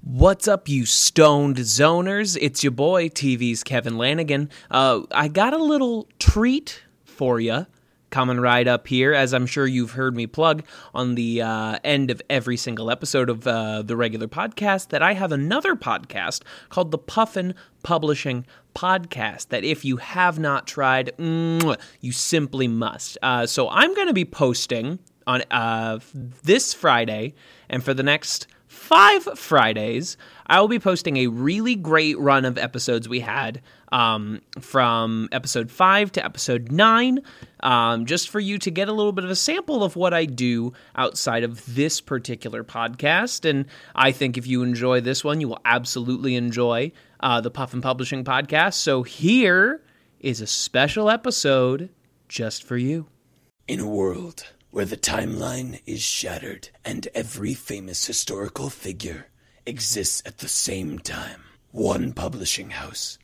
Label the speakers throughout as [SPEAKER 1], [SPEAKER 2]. [SPEAKER 1] What's up, you stoned zoners? It's your boy, TV's Kevin Lanigan. Uh, I got a little treat for you coming right up here, as I'm sure you've heard me plug on the uh, end of every single episode of uh, the regular podcast, that I have another podcast called the Puffin Publishing podcast that if you have not tried, mwah, you simply must. Uh, so I'm going to be posting on uh, this Friday and for the next five Fridays, I will be posting a really great run of episodes we had um, from episode five to episode nine, um, just for you to get a little bit of a sample of what I do outside of this particular podcast. And I think if you enjoy this one, you will absolutely enjoy uh, the Puffin Publishing podcast. So here is a special episode just for you.
[SPEAKER 2] In a world where the timeline is shattered and every famous historical figure exists at the same time, one publishing house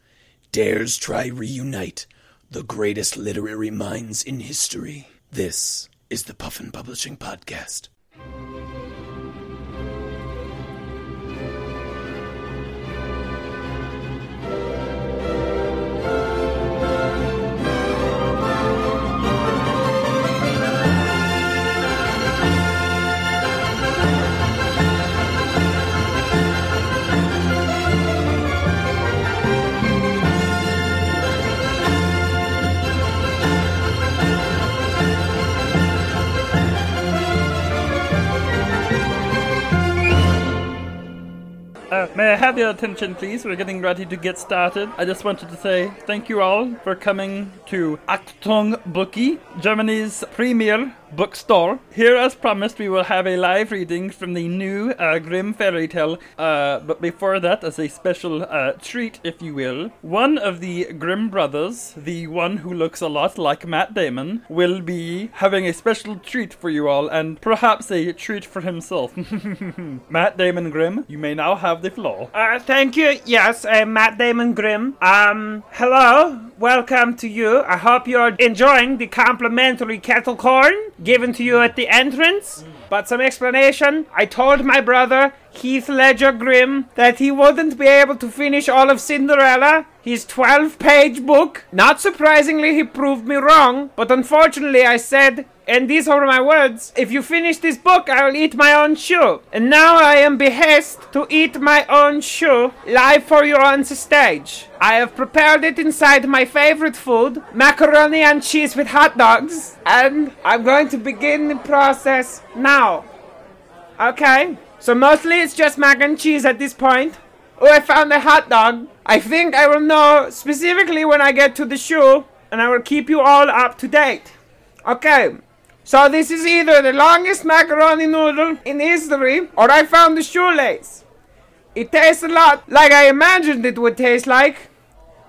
[SPEAKER 2] dares try reunite the greatest literary minds in history. This is the Puffin Publishing Podcast.
[SPEAKER 3] Uh, may I have your attention, please? We're getting ready to get started. I just wanted to say thank you all for coming to Achtung Bookie, Germany's premier bookstore. Here, as promised, we will have a live reading from the new uh, Grimm fairy tale. Uh, but before that, as a special uh, treat, if you will, one of the Grimm brothers, the one who looks a lot like Matt Damon, will be having a special treat for you all, and perhaps a treat for himself. Matt Damon Grimm, you may now have the floor.
[SPEAKER 4] Uh, thank you. Yes, uh, Matt Damon Grimm. Um, hello. Welcome to you. I hope you're enjoying the complimentary kettle corn given to you at the entrance. But some explanation. I told my brother Heath Ledger Grimm that he wouldn't be able to finish all of Cinderella, his 12-page book. Not surprisingly, he proved me wrong. But unfortunately, I said and these are my words. If you finish this book, I will eat my own shoe. And now I am behest to eat my own shoe live for you on the stage. I have prepared it inside my favorite food, macaroni and cheese with hot dogs. And I'm going to begin the process now. Okay. So mostly it's just mac and cheese at this point. Oh, I found a hot dog. I think I will know specifically when I get to the shoe, and I will keep you all up to date. Okay. So this is either the longest macaroni noodle in history, or I found the shoelace. It tastes a lot like I imagined it would taste like.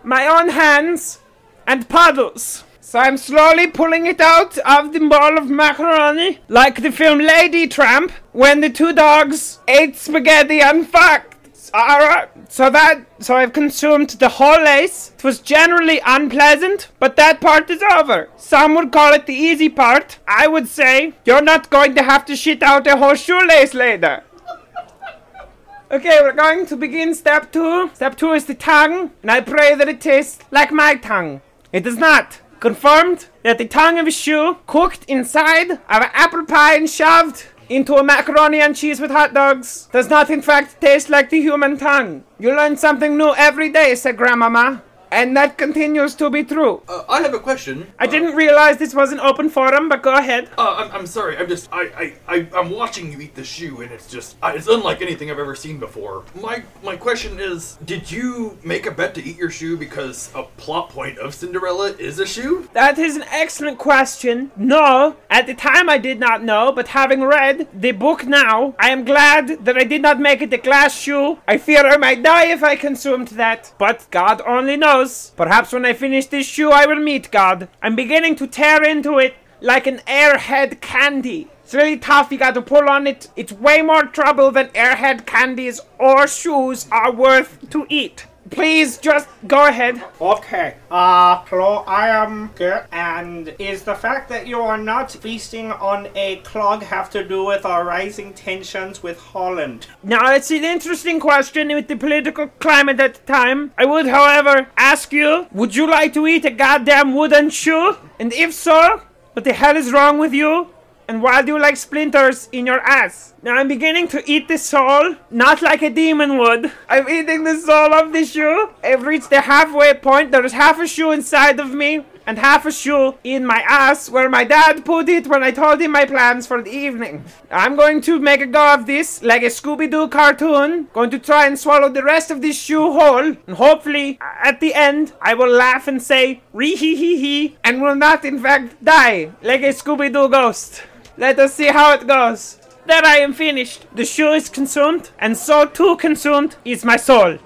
[SPEAKER 4] My own hands and paddles. So I'm slowly pulling it out of the bowl of macaroni, like the film Lady Tramp, when the two dogs ate spaghetti and fucked. Alright, so that so I've consumed the whole lace. It was generally unpleasant, but that part is over. Some would call it the easy part. I would say you're not going to have to shit out a whole shoelace later. Okay, we're going to begin step two. Step two is the tongue, and I pray that it tastes like my tongue. It does not. Confirmed that the tongue of a shoe cooked inside of an apple pie and shoved into a macaroni and cheese with hot dogs does not, in fact, taste like the human tongue. You learn something new every day, said Grandmama. And that continues to be true.
[SPEAKER 5] Uh, I have a question.
[SPEAKER 4] I didn't realize this was an open forum, but go ahead.
[SPEAKER 5] Uh, I'm, I'm sorry. I'm just I, I I I'm watching you eat the shoe, and it's just I, it's unlike anything I've ever seen before. My my question is, did you make a bet to eat your shoe because a plot point of Cinderella is a shoe?
[SPEAKER 4] That is an excellent question. No, at the time I did not know, but having read the book now, I am glad that I did not make it a glass shoe. I fear I might die if I consumed that. But God only knows. Perhaps when I finish this shoe, I will meet God. I'm beginning to tear into it like an airhead candy. It's really tough, you gotta pull on it. It's way more trouble than airhead candies or shoes are worth to eat. Please just go ahead.
[SPEAKER 6] Okay. Uh, hello, I am Gert, and is the fact that you are not feasting on a clog have to do with our rising tensions with Holland?
[SPEAKER 4] Now, it's an interesting question with the political climate at the time. I would, however, ask you would you like to eat a goddamn wooden shoe? And if so, what the hell is wrong with you? And why do you like splinters in your ass? Now I'm beginning to eat the soul, not like a demon would. I'm eating the soul of the shoe. I've reached the halfway point. There is half a shoe inside of me and half a shoe in my ass where my dad put it when I told him my plans for the evening. I'm going to make a go of this like a Scooby Doo cartoon. Going to try and swallow the rest of this shoe whole, and hopefully a- at the end I will laugh and say ree hee hee hee and will not in fact die like a Scooby Doo ghost. Let us see how it goes. There I am finished. The shoe is consumed, and so too consumed is my soul.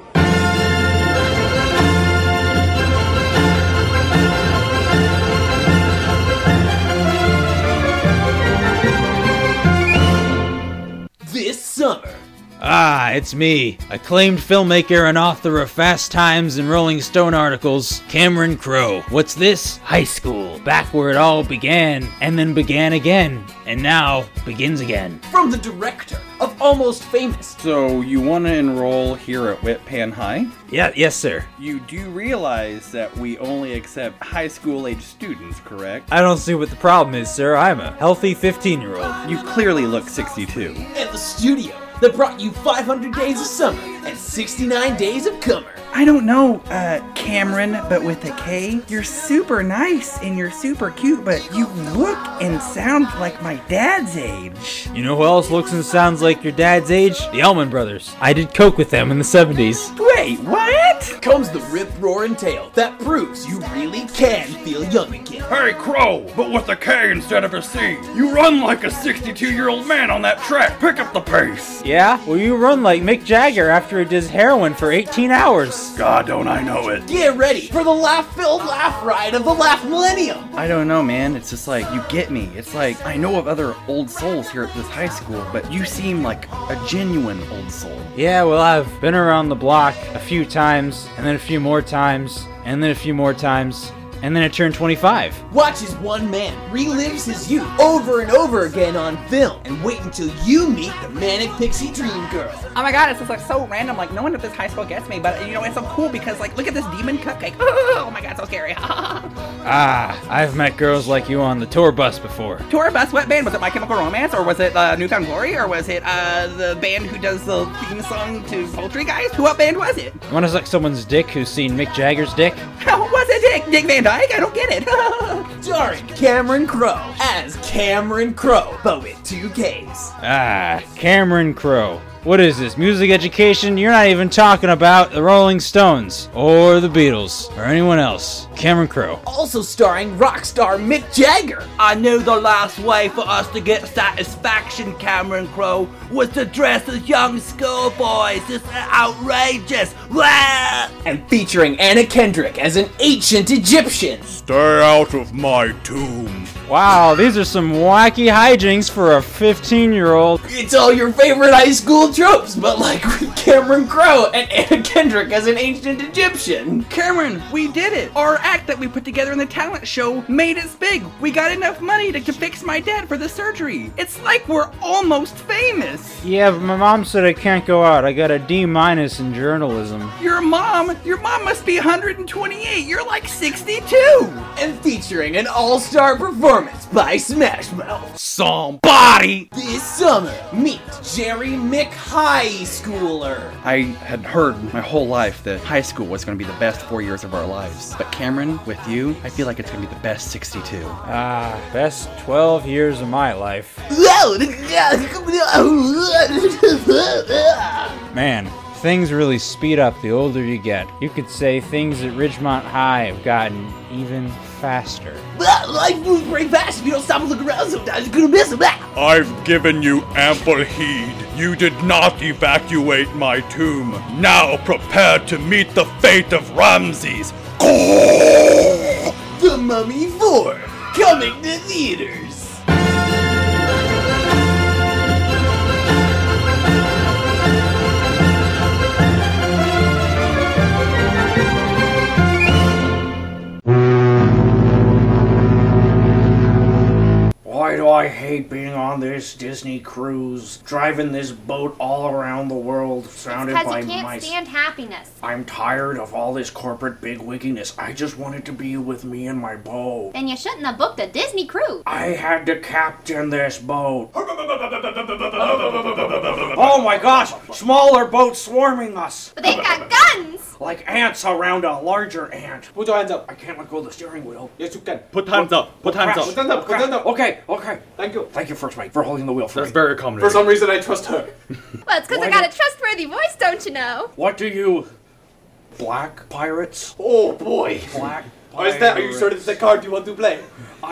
[SPEAKER 1] This summer.
[SPEAKER 7] Ah, it's me, acclaimed filmmaker and author of Fast Times and Rolling Stone articles, Cameron Crowe. What's this? High school, back where it all began, and then began again, and now begins again.
[SPEAKER 1] From the director of Almost Famous.
[SPEAKER 8] So you want to enroll here at Whit Pan High?
[SPEAKER 7] Yeah, yes, sir.
[SPEAKER 8] You do realize that we only accept high school age students, correct?
[SPEAKER 7] I don't see what the problem is, sir. I'm a healthy 15 year old.
[SPEAKER 8] You clearly look 62.
[SPEAKER 1] At the studio that brought you 500 Days of Summer and 69 Days of Cummer.
[SPEAKER 9] I don't know, uh, Cameron, but with a K. You're super nice and you're super cute, but you look and sound like my dad's age.
[SPEAKER 7] You know who else looks and sounds like your dad's age? The Elman Brothers. I did coke with them in the 70s.
[SPEAKER 9] Wait, what?
[SPEAKER 1] Comes the rip roaring tale that proves you really can feel young again.
[SPEAKER 5] Hey, Crow, but with a K instead of a C. You run like a 62 year old man on that track. Pick up the pace.
[SPEAKER 7] Yeah? Well, you run like Mick Jagger after he does heroin for 18 hours.
[SPEAKER 5] God, don't I know it.
[SPEAKER 1] Get ready for the laugh filled laugh ride of the laugh millennium.
[SPEAKER 8] I don't know, man. It's just like, you get me. It's like, I know of other old souls here at this high school, but you seem like a genuine old soul.
[SPEAKER 7] Yeah, well, I've been around the block a few times, and then a few more times, and then a few more times, and then I turned 25.
[SPEAKER 10] Watch as one man relives his youth over and over again on film, and wait until you meet the manic pixie dream girl.
[SPEAKER 9] Oh my god, this is like so random. Like, no one at this high school gets me, but you know, it's so cool because, like, look at this demon cupcake. Oh my god, so scary.
[SPEAKER 7] Ah, I've met girls like you on the tour bus before.
[SPEAKER 9] Tour bus, what band? Was it My Chemical Romance, or was it uh, Newfound Glory, or was it uh, the band who does the theme song to Poultry Guys? Who, what band was it?
[SPEAKER 7] Want to suck someone's dick who's seen Mick Jagger's dick?
[SPEAKER 9] How was it Dick, Dick Van Dyke? I don't get it.
[SPEAKER 10] Starring Cameron Crowe as Cameron Crowe, but with two Ks.
[SPEAKER 7] Ah, Cameron Crowe. What is this, music education? You're not even talking about the Rolling Stones, or the Beatles, or anyone else. Cameron Crowe.
[SPEAKER 10] Also starring rock star Mick Jagger.
[SPEAKER 9] I knew the last way for us to get satisfaction, Cameron Crowe, was to dress as young schoolboys. This is outrageous.
[SPEAKER 10] And featuring Anna Kendrick as an ancient Egyptian.
[SPEAKER 5] Stay out of my tomb.
[SPEAKER 7] Wow, these are some wacky hijinks for a 15 year old.
[SPEAKER 10] It's all your favorite high school tropes, but like with Cameron Crowe and Anna Kendrick as an ancient Egyptian.
[SPEAKER 9] Cameron, we did it. Our act that we put together in the talent show made us big. We got enough money to fix my dad for the surgery. It's like we're almost famous.
[SPEAKER 7] Yeah, but my mom said I can't go out. I got a D minus in journalism.
[SPEAKER 9] Your mom, your mom must be 128. You're like 62.
[SPEAKER 10] And featuring an all star performance by Smash Mouth.
[SPEAKER 5] Somebody!
[SPEAKER 10] This summer, meet Jerry Mick High Schooler.
[SPEAKER 8] I had heard my whole life that high school was going to be the best four years of our lives. But Cameron, with you, I feel like it's going to be the best 62.
[SPEAKER 7] Ah, best 12 years of my life. Man, things really speed up the older you get. You could say things at Ridgemont High have gotten even faster.
[SPEAKER 10] Life moves very fast. If you don't stop and look around sometimes, you're gonna miss them.
[SPEAKER 5] I've given you ample heed. You did not evacuate my tomb. Now prepare to meet the fate of Ramses.
[SPEAKER 10] The Mummy 4, coming to theaters.
[SPEAKER 6] I hate being on this Disney cruise, driving this boat all around the world, surrounded
[SPEAKER 11] Because
[SPEAKER 6] by
[SPEAKER 11] you can't
[SPEAKER 6] mice.
[SPEAKER 11] stand happiness.
[SPEAKER 6] I'm tired of all this corporate big wigginess. I just wanted to be with me and my beau.
[SPEAKER 11] Then you shouldn't have booked a Disney cruise.
[SPEAKER 6] I had to captain this boat. Oh my gosh! Smaller boats swarming us!
[SPEAKER 11] But they've got guns!
[SPEAKER 6] Like ants around a larger ant. Put your hands up. I can't let go of the steering wheel. Yes, you can.
[SPEAKER 5] Put hands up. Put hands up.
[SPEAKER 6] Put hands up. Put hands up. Okay, okay. Thank you. Thank you, first mate, for holding the wheel for
[SPEAKER 5] That's
[SPEAKER 6] me.
[SPEAKER 5] very accommodating.
[SPEAKER 6] For some reason, I trust her.
[SPEAKER 11] Well, it's because I
[SPEAKER 6] Why
[SPEAKER 11] got a trustworthy voice, don't you know?
[SPEAKER 6] What do you. Black pirates?
[SPEAKER 12] Oh boy.
[SPEAKER 6] Black
[SPEAKER 12] Or is that? Are you sure
[SPEAKER 6] pirates.
[SPEAKER 12] that's the card you want to play?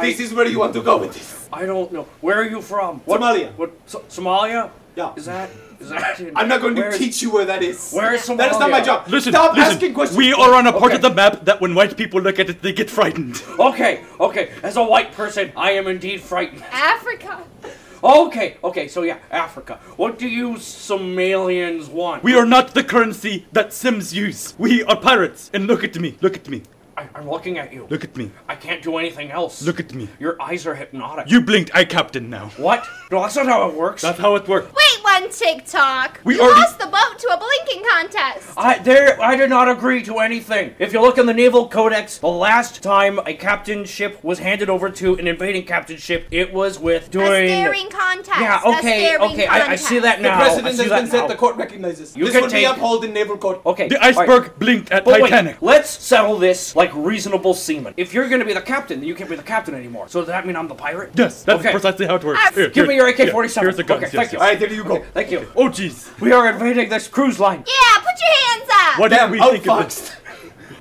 [SPEAKER 12] This is where you want to go with this.
[SPEAKER 6] I don't know. Where are you from?
[SPEAKER 12] Somalia.
[SPEAKER 6] What? So- Somalia?
[SPEAKER 12] Yeah.
[SPEAKER 6] Is that? Is that? in-
[SPEAKER 12] I'm not going
[SPEAKER 6] where
[SPEAKER 12] to
[SPEAKER 6] is-
[SPEAKER 12] teach you where that is.
[SPEAKER 6] Where is
[SPEAKER 12] That is not my
[SPEAKER 6] Somalia?
[SPEAKER 12] job.
[SPEAKER 5] Listen,
[SPEAKER 12] Stop
[SPEAKER 5] listen.
[SPEAKER 12] asking questions.
[SPEAKER 5] We are on a part
[SPEAKER 6] Okay.
[SPEAKER 5] of the map that when white people look at it, they get frightened.
[SPEAKER 12] Oh.
[SPEAKER 6] Okay, okay. As a white person, I am indeed frightened.
[SPEAKER 11] Africa.
[SPEAKER 6] Okay, okay. So yeah, Africa. What do you Somalians want?
[SPEAKER 5] We are not the currency that Sims use. We are pirates. And look at me. Look at me.
[SPEAKER 6] I- I'm looking at you.
[SPEAKER 5] Look at me.
[SPEAKER 6] I can't do anything else.
[SPEAKER 5] Look at me.
[SPEAKER 6] Your eyes are hypnotic.
[SPEAKER 5] You blinked. I captain now.
[SPEAKER 6] What? No, that's not how it works.
[SPEAKER 5] That's how it works.
[SPEAKER 11] Wait one TikTok.
[SPEAKER 5] We
[SPEAKER 11] you
[SPEAKER 5] already-
[SPEAKER 11] lost the boat to a blinking contest.
[SPEAKER 6] I there I did not agree to anything. If you look in the naval codex, the last time a captain's ship was handed over to an invading captain's ship, it was with
[SPEAKER 11] A
[SPEAKER 6] doing
[SPEAKER 11] staring contest.
[SPEAKER 6] Yeah,
[SPEAKER 11] A
[SPEAKER 6] okay,
[SPEAKER 11] staring
[SPEAKER 6] okay, I- I see that
[SPEAKER 11] contest.
[SPEAKER 12] The
[SPEAKER 6] now. I
[SPEAKER 12] precedent
[SPEAKER 6] see
[SPEAKER 12] has
[SPEAKER 6] that
[SPEAKER 12] been set.
[SPEAKER 6] now.
[SPEAKER 12] The court recognizes.
[SPEAKER 6] You
[SPEAKER 12] this
[SPEAKER 6] can
[SPEAKER 12] will
[SPEAKER 6] take-
[SPEAKER 12] be upheld in naval court.
[SPEAKER 6] Okay.
[SPEAKER 5] The
[SPEAKER 6] all right.
[SPEAKER 5] iceberg blinked at
[SPEAKER 6] But
[SPEAKER 5] Titanic.
[SPEAKER 6] wait, let's settle this like reasonable seamen. If you're gonna be the captain, then you can't be the captain anymore. So does that mean I'm the pirate?
[SPEAKER 5] Yes, that's
[SPEAKER 6] Okay.
[SPEAKER 5] precisely how it works.
[SPEAKER 11] Ah,
[SPEAKER 5] Here,
[SPEAKER 6] Give
[SPEAKER 5] here,
[SPEAKER 6] me your
[SPEAKER 5] here.
[SPEAKER 6] AK-47.
[SPEAKER 5] Here's the guns.
[SPEAKER 6] Okay,
[SPEAKER 5] yes,
[SPEAKER 6] thank you.
[SPEAKER 5] yes.
[SPEAKER 12] All right, there you go.
[SPEAKER 6] Thank you.
[SPEAKER 5] Oh, jeez.
[SPEAKER 6] We are invading this cruise line. oh,
[SPEAKER 11] Yeah, put your hands up.
[SPEAKER 5] What
[SPEAKER 12] Damn,
[SPEAKER 5] did we think of this?
[SPEAKER 12] outfoxed.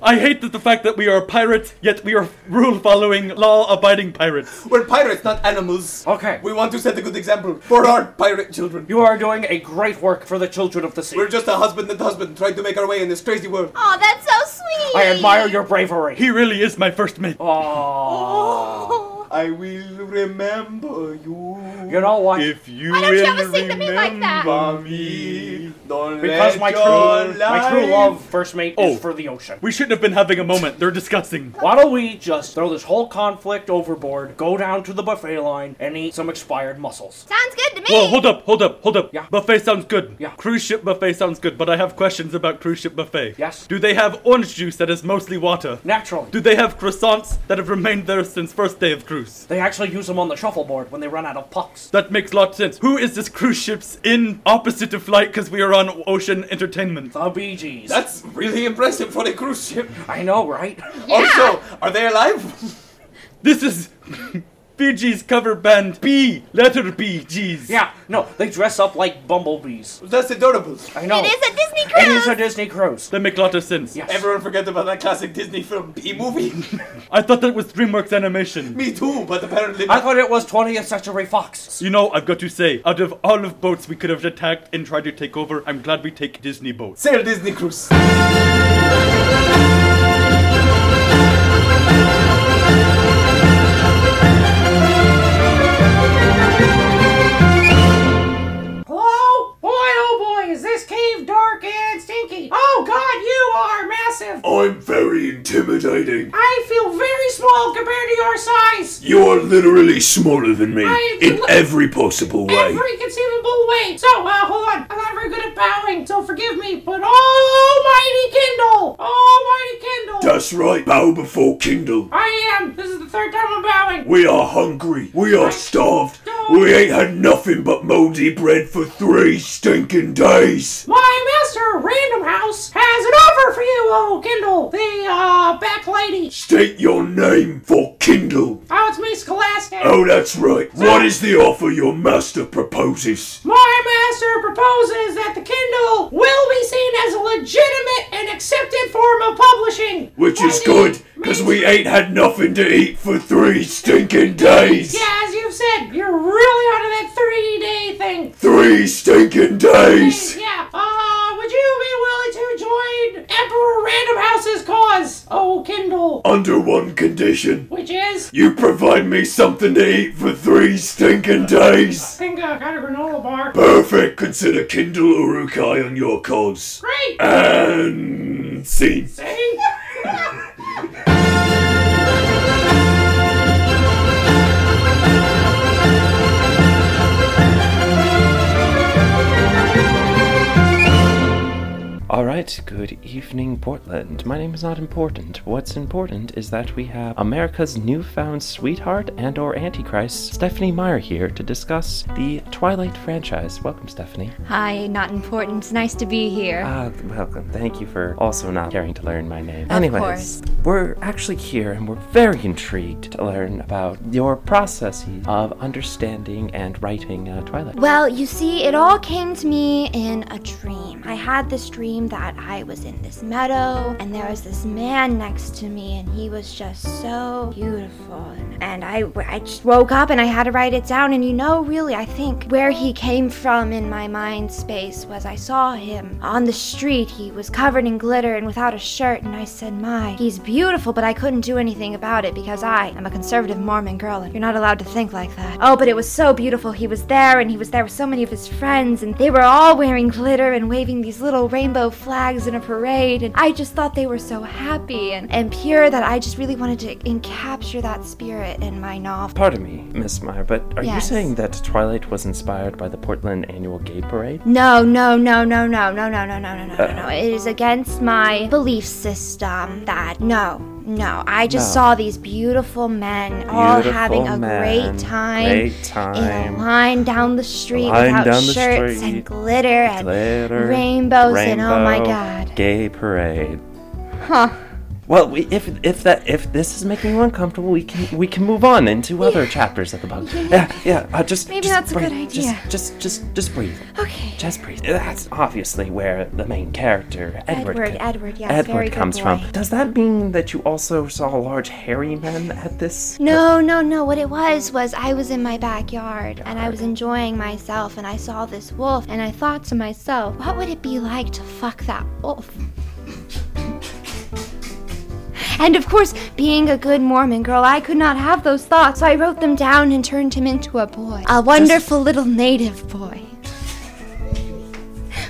[SPEAKER 5] I hate that the fact that we are pirates, yet we are rule-following, law-abiding pirates.
[SPEAKER 12] We're pirates, not animals.
[SPEAKER 6] Okay.
[SPEAKER 12] We want to set a good example for our pirate children.
[SPEAKER 6] You are doing a great work for the children of the sea.
[SPEAKER 12] We're just a husband and husband trying to make our way in this crazy world.
[SPEAKER 11] Oh, that's so sweet.
[SPEAKER 6] I admire your bravery.
[SPEAKER 5] He really is my first mate.
[SPEAKER 6] Aww.
[SPEAKER 11] Oh.
[SPEAKER 12] I will remember you.
[SPEAKER 6] You know what?
[SPEAKER 5] If you
[SPEAKER 11] Why don't you
[SPEAKER 5] will
[SPEAKER 11] ever sing to me like that?
[SPEAKER 5] remember
[SPEAKER 12] me.
[SPEAKER 5] me.
[SPEAKER 12] Don't
[SPEAKER 6] Because
[SPEAKER 12] let
[SPEAKER 6] my
[SPEAKER 12] your
[SPEAKER 6] true, my true
[SPEAKER 12] light-
[SPEAKER 6] love, first mate,
[SPEAKER 5] Oh.
[SPEAKER 6] is for the ocean.
[SPEAKER 5] We shouldn't have been having a moment. They're disgusting.
[SPEAKER 6] Why don't we just throw this whole conflict overboard, go down to the buffet line, and eat some expired mussels?
[SPEAKER 11] Sounds good to me.
[SPEAKER 5] Whoa, hold up, hold up, hold up.
[SPEAKER 6] Yeah.
[SPEAKER 5] Buffet sounds good.
[SPEAKER 6] Yeah.
[SPEAKER 5] Cruise ship buffet sounds good, but I have questions about cruise ship buffet.
[SPEAKER 6] Yes.
[SPEAKER 5] Do they have orange juice that is mostly water?
[SPEAKER 6] Naturally.
[SPEAKER 5] Do they have croissants that have remained there since first day of cruise?
[SPEAKER 6] They actually use them on the shuffleboard when they run out of pucks.
[SPEAKER 5] That makes a lot of sense. Who is this cruise ship's in opposite of flight because we are on ocean entertainment?
[SPEAKER 6] The Bee Gees.
[SPEAKER 12] That's really impressive for a cruise ship.
[SPEAKER 6] I know, right?
[SPEAKER 11] Yeah.
[SPEAKER 12] Also, are they alive?
[SPEAKER 5] This is Fiji's cover band B, letter B, G's.
[SPEAKER 6] Yeah, no, they dress up like bumblebees.
[SPEAKER 12] That's adorable.
[SPEAKER 6] I know.
[SPEAKER 11] It is a Disney
[SPEAKER 6] It is
[SPEAKER 11] cruise.
[SPEAKER 6] a Disney cruise.
[SPEAKER 5] That makes a lot of sense.
[SPEAKER 6] Yes.
[SPEAKER 12] Everyone forget about that classic Disney film B movie.
[SPEAKER 5] I thought that was DreamWorks animation.
[SPEAKER 12] Me too, but apparently
[SPEAKER 6] I
[SPEAKER 12] not.
[SPEAKER 6] thought it was 20th Century Fox.
[SPEAKER 5] You know, I've got to say, out of all of boats we could have attacked and tried to take over, I'm glad we take Disney boats.
[SPEAKER 12] Sail Disney cruise.
[SPEAKER 13] Hello? Boy, oh boy, is this cave dark and stinky. Oh god, you are massive.
[SPEAKER 2] I'm very intimidating.
[SPEAKER 13] I feel very small compared to your size.
[SPEAKER 2] You are literally smaller than me
[SPEAKER 13] I-
[SPEAKER 2] in every possible way.
[SPEAKER 13] Every conceivable way. So, uh, hold on. I'm not very good at bowing, so forgive me. But almighty Kindle! Almighty Kindle!
[SPEAKER 2] That's right, bow before Kindle.
[SPEAKER 13] I am. This is the third time I'm bowing.
[SPEAKER 2] We are hungry. We are starved. We ain't had nothing but moldy bread for three stinking days.
[SPEAKER 13] My master, Random House, has an offer for you, oh Kindle. The, uh, back lady.
[SPEAKER 2] State your name for Kindle.
[SPEAKER 13] Oh, it's me, Scholastic.
[SPEAKER 2] Oh, that's right. What is the offer your master proposes?
[SPEAKER 13] My master proposes that the Kindle will be seen as a legitimate and accepted form of publishing.
[SPEAKER 2] Which is
[SPEAKER 13] And
[SPEAKER 2] good,
[SPEAKER 13] it
[SPEAKER 2] because
[SPEAKER 13] means-
[SPEAKER 2] we ain't had nothing to eat for three stinking days.
[SPEAKER 13] Yeah, as you've said, you're really onto that 3D thing.
[SPEAKER 2] Three stinking days.
[SPEAKER 13] Yeah. Uh, would you be willing to join Emperor Random House's cause, oh Kindle?
[SPEAKER 2] Under one condition.
[SPEAKER 13] Which is,
[SPEAKER 2] You provide me something to eat for three stinking days.
[SPEAKER 13] I think I got a uh, granola bar.
[SPEAKER 2] Perfect. Consider Kindle Urukai on your cause.
[SPEAKER 13] Great.
[SPEAKER 2] And scene.
[SPEAKER 13] See?
[SPEAKER 14] All right, good evening, Portland. My name is not important. What's important is that we have America's newfound sweetheart and or antichrist, Stephanie Meyer here to discuss the Twilight franchise. Welcome, Stephanie.
[SPEAKER 11] Hi, not important. It's nice to be here.
[SPEAKER 6] Uh,
[SPEAKER 14] Ah, welcome. Thank you for also not caring to learn my name.
[SPEAKER 11] Of
[SPEAKER 14] Anyways,
[SPEAKER 11] course.
[SPEAKER 14] we're actually here and we're very intrigued to learn about your processes of understanding and writing uh, Twilight.
[SPEAKER 11] Well, you see, it all came to me in a dream. I had this dream that I was in this meadow, and there was this man next to me, and he was just so beautiful. And I, I just woke up and I had to write it down. And you know, really, I think where he came from in my mind space was I saw him on the street. He was covered in glitter and without a shirt, and I said, My, he's beautiful, but I couldn't do anything about it because I am a conservative Mormon girl, and you're not allowed to think like that. Oh, but it was so beautiful. He was there, and he was there with so many of his friends, and they were all wearing glitter and waving these little rainbow flags in a parade. And I just thought they were so happy and, and pure that I just really wanted to encapture that spirit in my novel.
[SPEAKER 14] Pardon me, Miss Meyer, but are
[SPEAKER 11] Yes.
[SPEAKER 14] you saying that Twilight was inspired by the Portland Annual Gay Parade?
[SPEAKER 11] No, no, no, no, no, no, no, no, no, no, no,
[SPEAKER 14] Uh.
[SPEAKER 11] no. It is against my belief system that no, no. I just
[SPEAKER 14] No.
[SPEAKER 11] saw these beautiful men all having a
[SPEAKER 14] Beautiful men.
[SPEAKER 11] great time,
[SPEAKER 14] Great
[SPEAKER 11] in
[SPEAKER 14] time.
[SPEAKER 11] a line down the street
[SPEAKER 14] Line
[SPEAKER 11] without
[SPEAKER 14] down the
[SPEAKER 11] shirts
[SPEAKER 14] street.
[SPEAKER 11] and glitter and
[SPEAKER 14] Glitter,
[SPEAKER 11] rainbows and oh my
[SPEAKER 14] rainbow,
[SPEAKER 11] god,
[SPEAKER 14] Gay parade.
[SPEAKER 11] huh?
[SPEAKER 14] Well, we, if if that if this is making you uncomfortable, we can we can move on into other chapters of the book.
[SPEAKER 11] Yeah.
[SPEAKER 14] Yeah, yeah. uh, just
[SPEAKER 11] Maybe
[SPEAKER 14] just
[SPEAKER 11] that's a
[SPEAKER 14] breathe,
[SPEAKER 11] good
[SPEAKER 14] just-
[SPEAKER 11] idea.
[SPEAKER 14] Just just just breathe.
[SPEAKER 11] Okay.
[SPEAKER 14] Just breathe. That's obviously where the main character Edward
[SPEAKER 11] Edward,
[SPEAKER 14] co-
[SPEAKER 11] Edward, yes,
[SPEAKER 14] Edward
[SPEAKER 11] very good
[SPEAKER 14] comes
[SPEAKER 11] boy.
[SPEAKER 14] from. Does that mean that you also saw large hairy men at this?
[SPEAKER 11] No, no, no. What it was was I was in my backyard and I was enjoying myself and I saw this wolf and I thought to myself, what would it be like to fuck that wolf? And of course, being a good Mormon girl, I could not have those thoughts, so I wrote them down and turned him into a boy. A wonderful little native boy.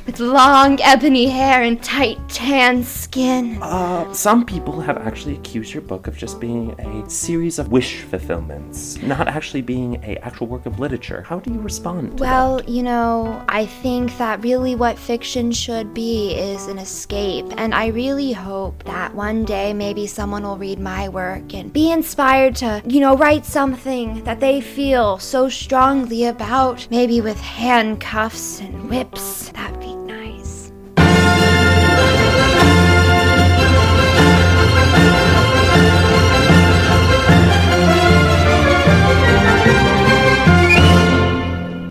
[SPEAKER 11] With long ebony hair and tight tan skin.
[SPEAKER 14] Uh, some people have actually accused your book of just being a series of wish fulfillments, not actually being a actual work of literature. How do you respond?
[SPEAKER 11] Well, you know, I think that really what fiction should be is an escape. And I really hope that one day maybe someone will read my work and be inspired to, you know, write something that they feel so strongly about, maybe with handcuffs and whips. That'd be nice.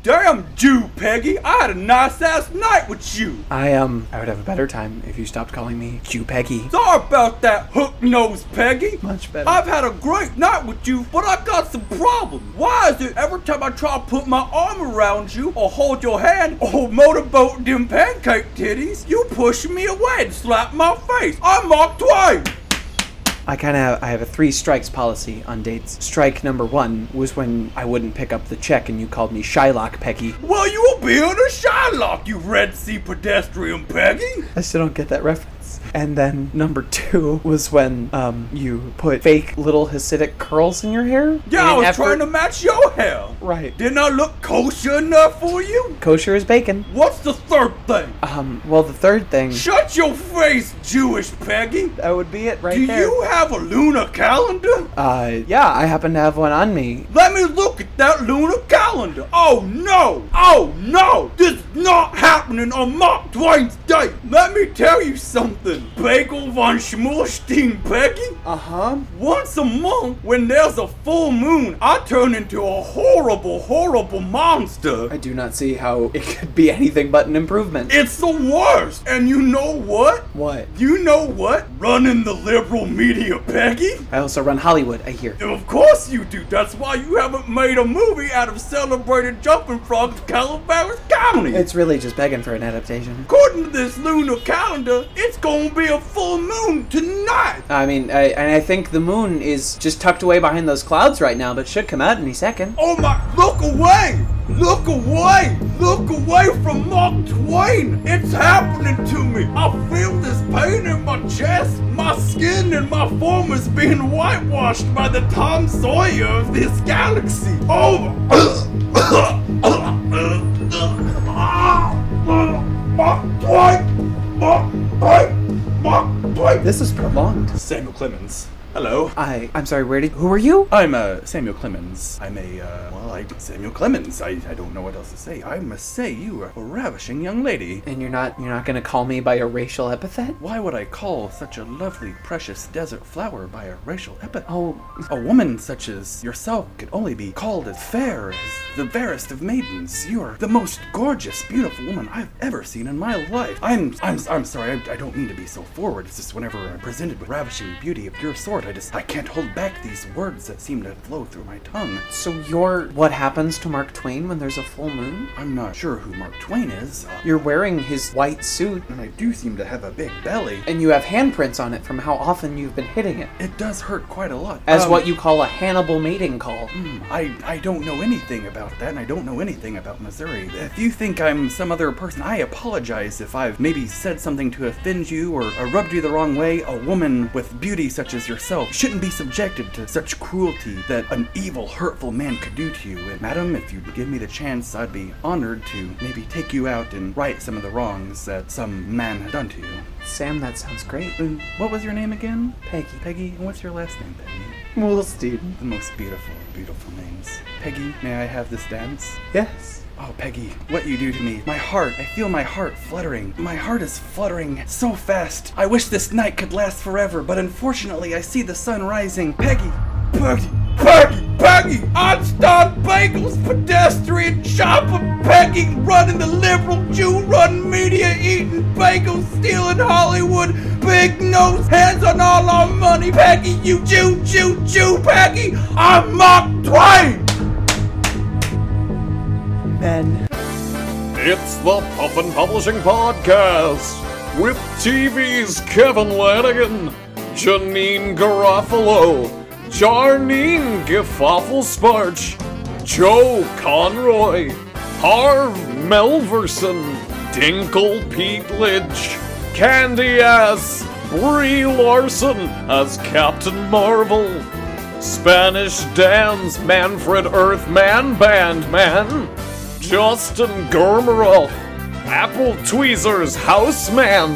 [SPEAKER 12] Damn you, Peggy! I had a nice ass night with you.
[SPEAKER 15] I um I would have a better time if you stopped calling me Q Peggy.
[SPEAKER 12] Sorry about that, hook nose Peggy.
[SPEAKER 15] Much better.
[SPEAKER 12] I've had a great night with you, but I got some problems. Why is it every time I try to put my arm around you, or hold your hand, or motorboat them pancake titties, you push me away and slap my face? I'm Mark Twain.
[SPEAKER 15] I kind of I have a three strikes policy on dates. Strike number one was when I wouldn't pick up the check and you called me Shylock Peggy.
[SPEAKER 12] Well, you will be in a Shylock, you Red Sea pedestrian Peggy.
[SPEAKER 15] I still don't get that reference. And then number two was when um you put fake little Hasidic curls in your hair.
[SPEAKER 12] Yeah, I was trying to match your hair. Right. Didn't I look kosher enough for you?
[SPEAKER 15] Kosher is bacon.
[SPEAKER 12] What's the third thing?
[SPEAKER 15] Um, well, the third thing.
[SPEAKER 12] Shut your face, Jewish Peggy.
[SPEAKER 15] That would be it right
[SPEAKER 12] Do
[SPEAKER 15] there.
[SPEAKER 12] you have a lunar calendar?
[SPEAKER 15] Uh, yeah, I happen to have one on me.
[SPEAKER 12] Let me look at that lunar calendar. Oh no! Oh no! This is not happening on Mark Twain's day. Let me tell you something, Bagel von Schmorstein Peggy. Uh
[SPEAKER 15] Uh-huh.
[SPEAKER 12] huh. Once a month, when there's a full moon, I turn into a horrible, horrible monster.
[SPEAKER 15] I do not see how it could be anything but an improvement.
[SPEAKER 12] It's the worst. And you know what?
[SPEAKER 15] What?
[SPEAKER 12] You know what? Running the liberal media, Peggy.
[SPEAKER 15] I also run Hollywood, I hear.
[SPEAKER 12] Of course you do. That's why you haven't made a movie out of celebrated jumping frogs Calaveras County.
[SPEAKER 15] It's really just begging for an adaptation.
[SPEAKER 12] According to this lunar calendar, it's gonna be a full moon tonight.
[SPEAKER 15] I mean, I, and I think the moon is just tucked away behind those clouds right now, but should come out any second.
[SPEAKER 12] Oh my! Look away! Look away! Look away from Mark Twain! It's happening to me. I feel this pain in my chest. My skin and my form is being whitewashed by the Tom Sawyer of this galaxy. Oh! Mark Ah! Twain! Mark
[SPEAKER 15] This is prolonged.
[SPEAKER 8] Samuel Clemens. Hello.
[SPEAKER 15] I I'm sorry. Where did? Who are you?
[SPEAKER 8] I'm uh, Samuel Clemens. I'm a uh, well, I Samuel Clemens. I, I don't know what else to say. I must say you are a ravishing young lady.
[SPEAKER 15] And you're not you're not gonna call me by a racial epithet?
[SPEAKER 8] Why would I call such a lovely, precious desert flower by a racial epithet? Oh, a woman such as yourself could only be called as fair as the fairest of maidens. You are the most gorgeous, beautiful woman I've ever seen in my life. I'm I'm I'm sorry. I, I don't mean to be so forward. It's just whenever I'm presented with ravishing beauty of your sort, I just I can't hold back these words that seem to flow through my tongue.
[SPEAKER 15] Um, So you're what happens to Mark Twain when there's a full moon?
[SPEAKER 8] I'm not sure who Mark Twain is. Uh,
[SPEAKER 15] You're wearing his white suit,
[SPEAKER 8] and I do seem to have a big belly.
[SPEAKER 15] and you have handprints on it from how often you've been hitting it.
[SPEAKER 8] It does hurt quite a lot.
[SPEAKER 15] As
[SPEAKER 8] Um,
[SPEAKER 15] what you call a Hannibal mating call.
[SPEAKER 8] Mm, I, I don't know anything about that, and I don't know anything about Missouri. If you think I'm some other person, I apologize if I've maybe said something to offend you or uh, rubbed you the wrong way. A woman with beauty such as yourself shouldn't be subjected to such cruelty that an evil, hurtful man could do to you. And, madam, if you'd give me the chance, I'd be honored to maybe take you out and right some of the wrongs that some man had done to you.
[SPEAKER 15] Sam, that sounds great.
[SPEAKER 8] And what was your name again?
[SPEAKER 15] Peggy.
[SPEAKER 8] Peggy, and what's your last name, Peggy?
[SPEAKER 15] Molestein.
[SPEAKER 8] The most beautiful, beautiful names. Peggy, may I have this dance?
[SPEAKER 15] Yes.
[SPEAKER 8] Oh, Peggy, what you do to me. My heart, I feel my heart fluttering. My heart is fluttering so fast. I wish this night could last forever, but unfortunately, I see the sun rising. Peggy, Peggy, Peggy, Peggy, Einstein Bagels, pedestrian shopper, Peggy, running the liberal Jew run media, eating bagels, stealing Hollywood, big nose, hands on all our money, Peggy, you Jew, Jew, Jew, Peggy, I'm Mark Twain!
[SPEAKER 15] Men.
[SPEAKER 16] It's the Puffin Publishing Podcast with TV's Kevin Lanigan, Janine Garofalo, Jarnine Giffawful Sparch, Joe Conroy, Harv Melverson, Dinkle Pete Lidge, Candy Ass, Brie Larson as Captain Marvel. Spanish Dan's Manfred Earthman Bandman, Justin Germeroff, Apple Tweezer's Houseman,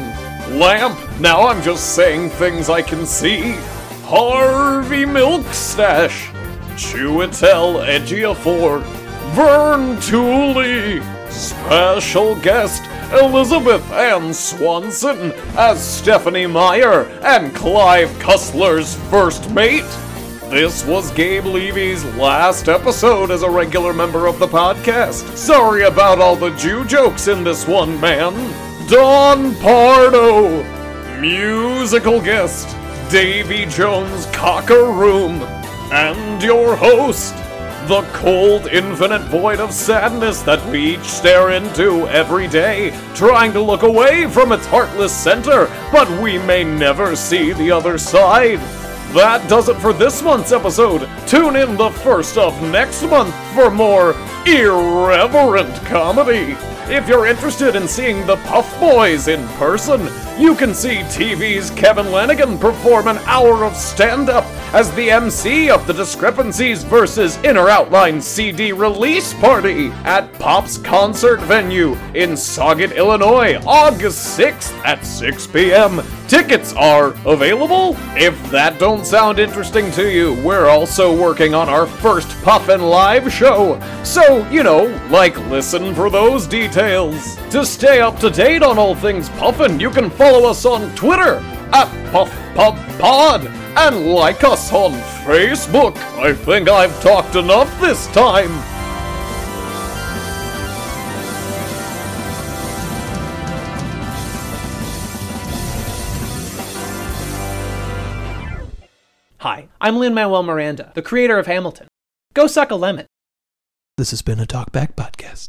[SPEAKER 16] Lamp, now I'm just saying things I can see, Harvey Milkstash, Chewitel Edgiafor, Vern Tooley, special guest Elizabeth Ann Swanson as Stephanie Meyer and Clive Cussler's first mate. This was Gabe Levy's last episode as a regular member of the podcast. Sorry about all the Jew jokes in this one, man. Don Pardo, musical guest, Davy Jones Cocker Room, and your host, the cold, infinite void of sadness that we each stare into every day, trying to look away from its heartless center, but we may never see the other side. That does it for this month's episode. Tune in the first of next month for more irreverent comedy. If you're interested in seeing the Puff Boys in person, you can see TV's Kevin Lanigan perform an hour of stand up as the MC of the Discrepancies versus Inner Outline CD release party at Pop's concert venue in Sauget, Illinois, August 6th at 6 p.m. Tickets are available. If that don't sound interesting to you, we're also working on our first Puffin live show. So, you know, like listen for those details. To stay up to date on all things Puffin, you can follow us on Twitter at PuffPubPod and like us on Facebook. I think I've talked enough this time.
[SPEAKER 17] Hi, I'm Lin Manuel Miranda, the creator of Hamilton. Go suck a lemon.
[SPEAKER 15] This has been a Talkback podcast.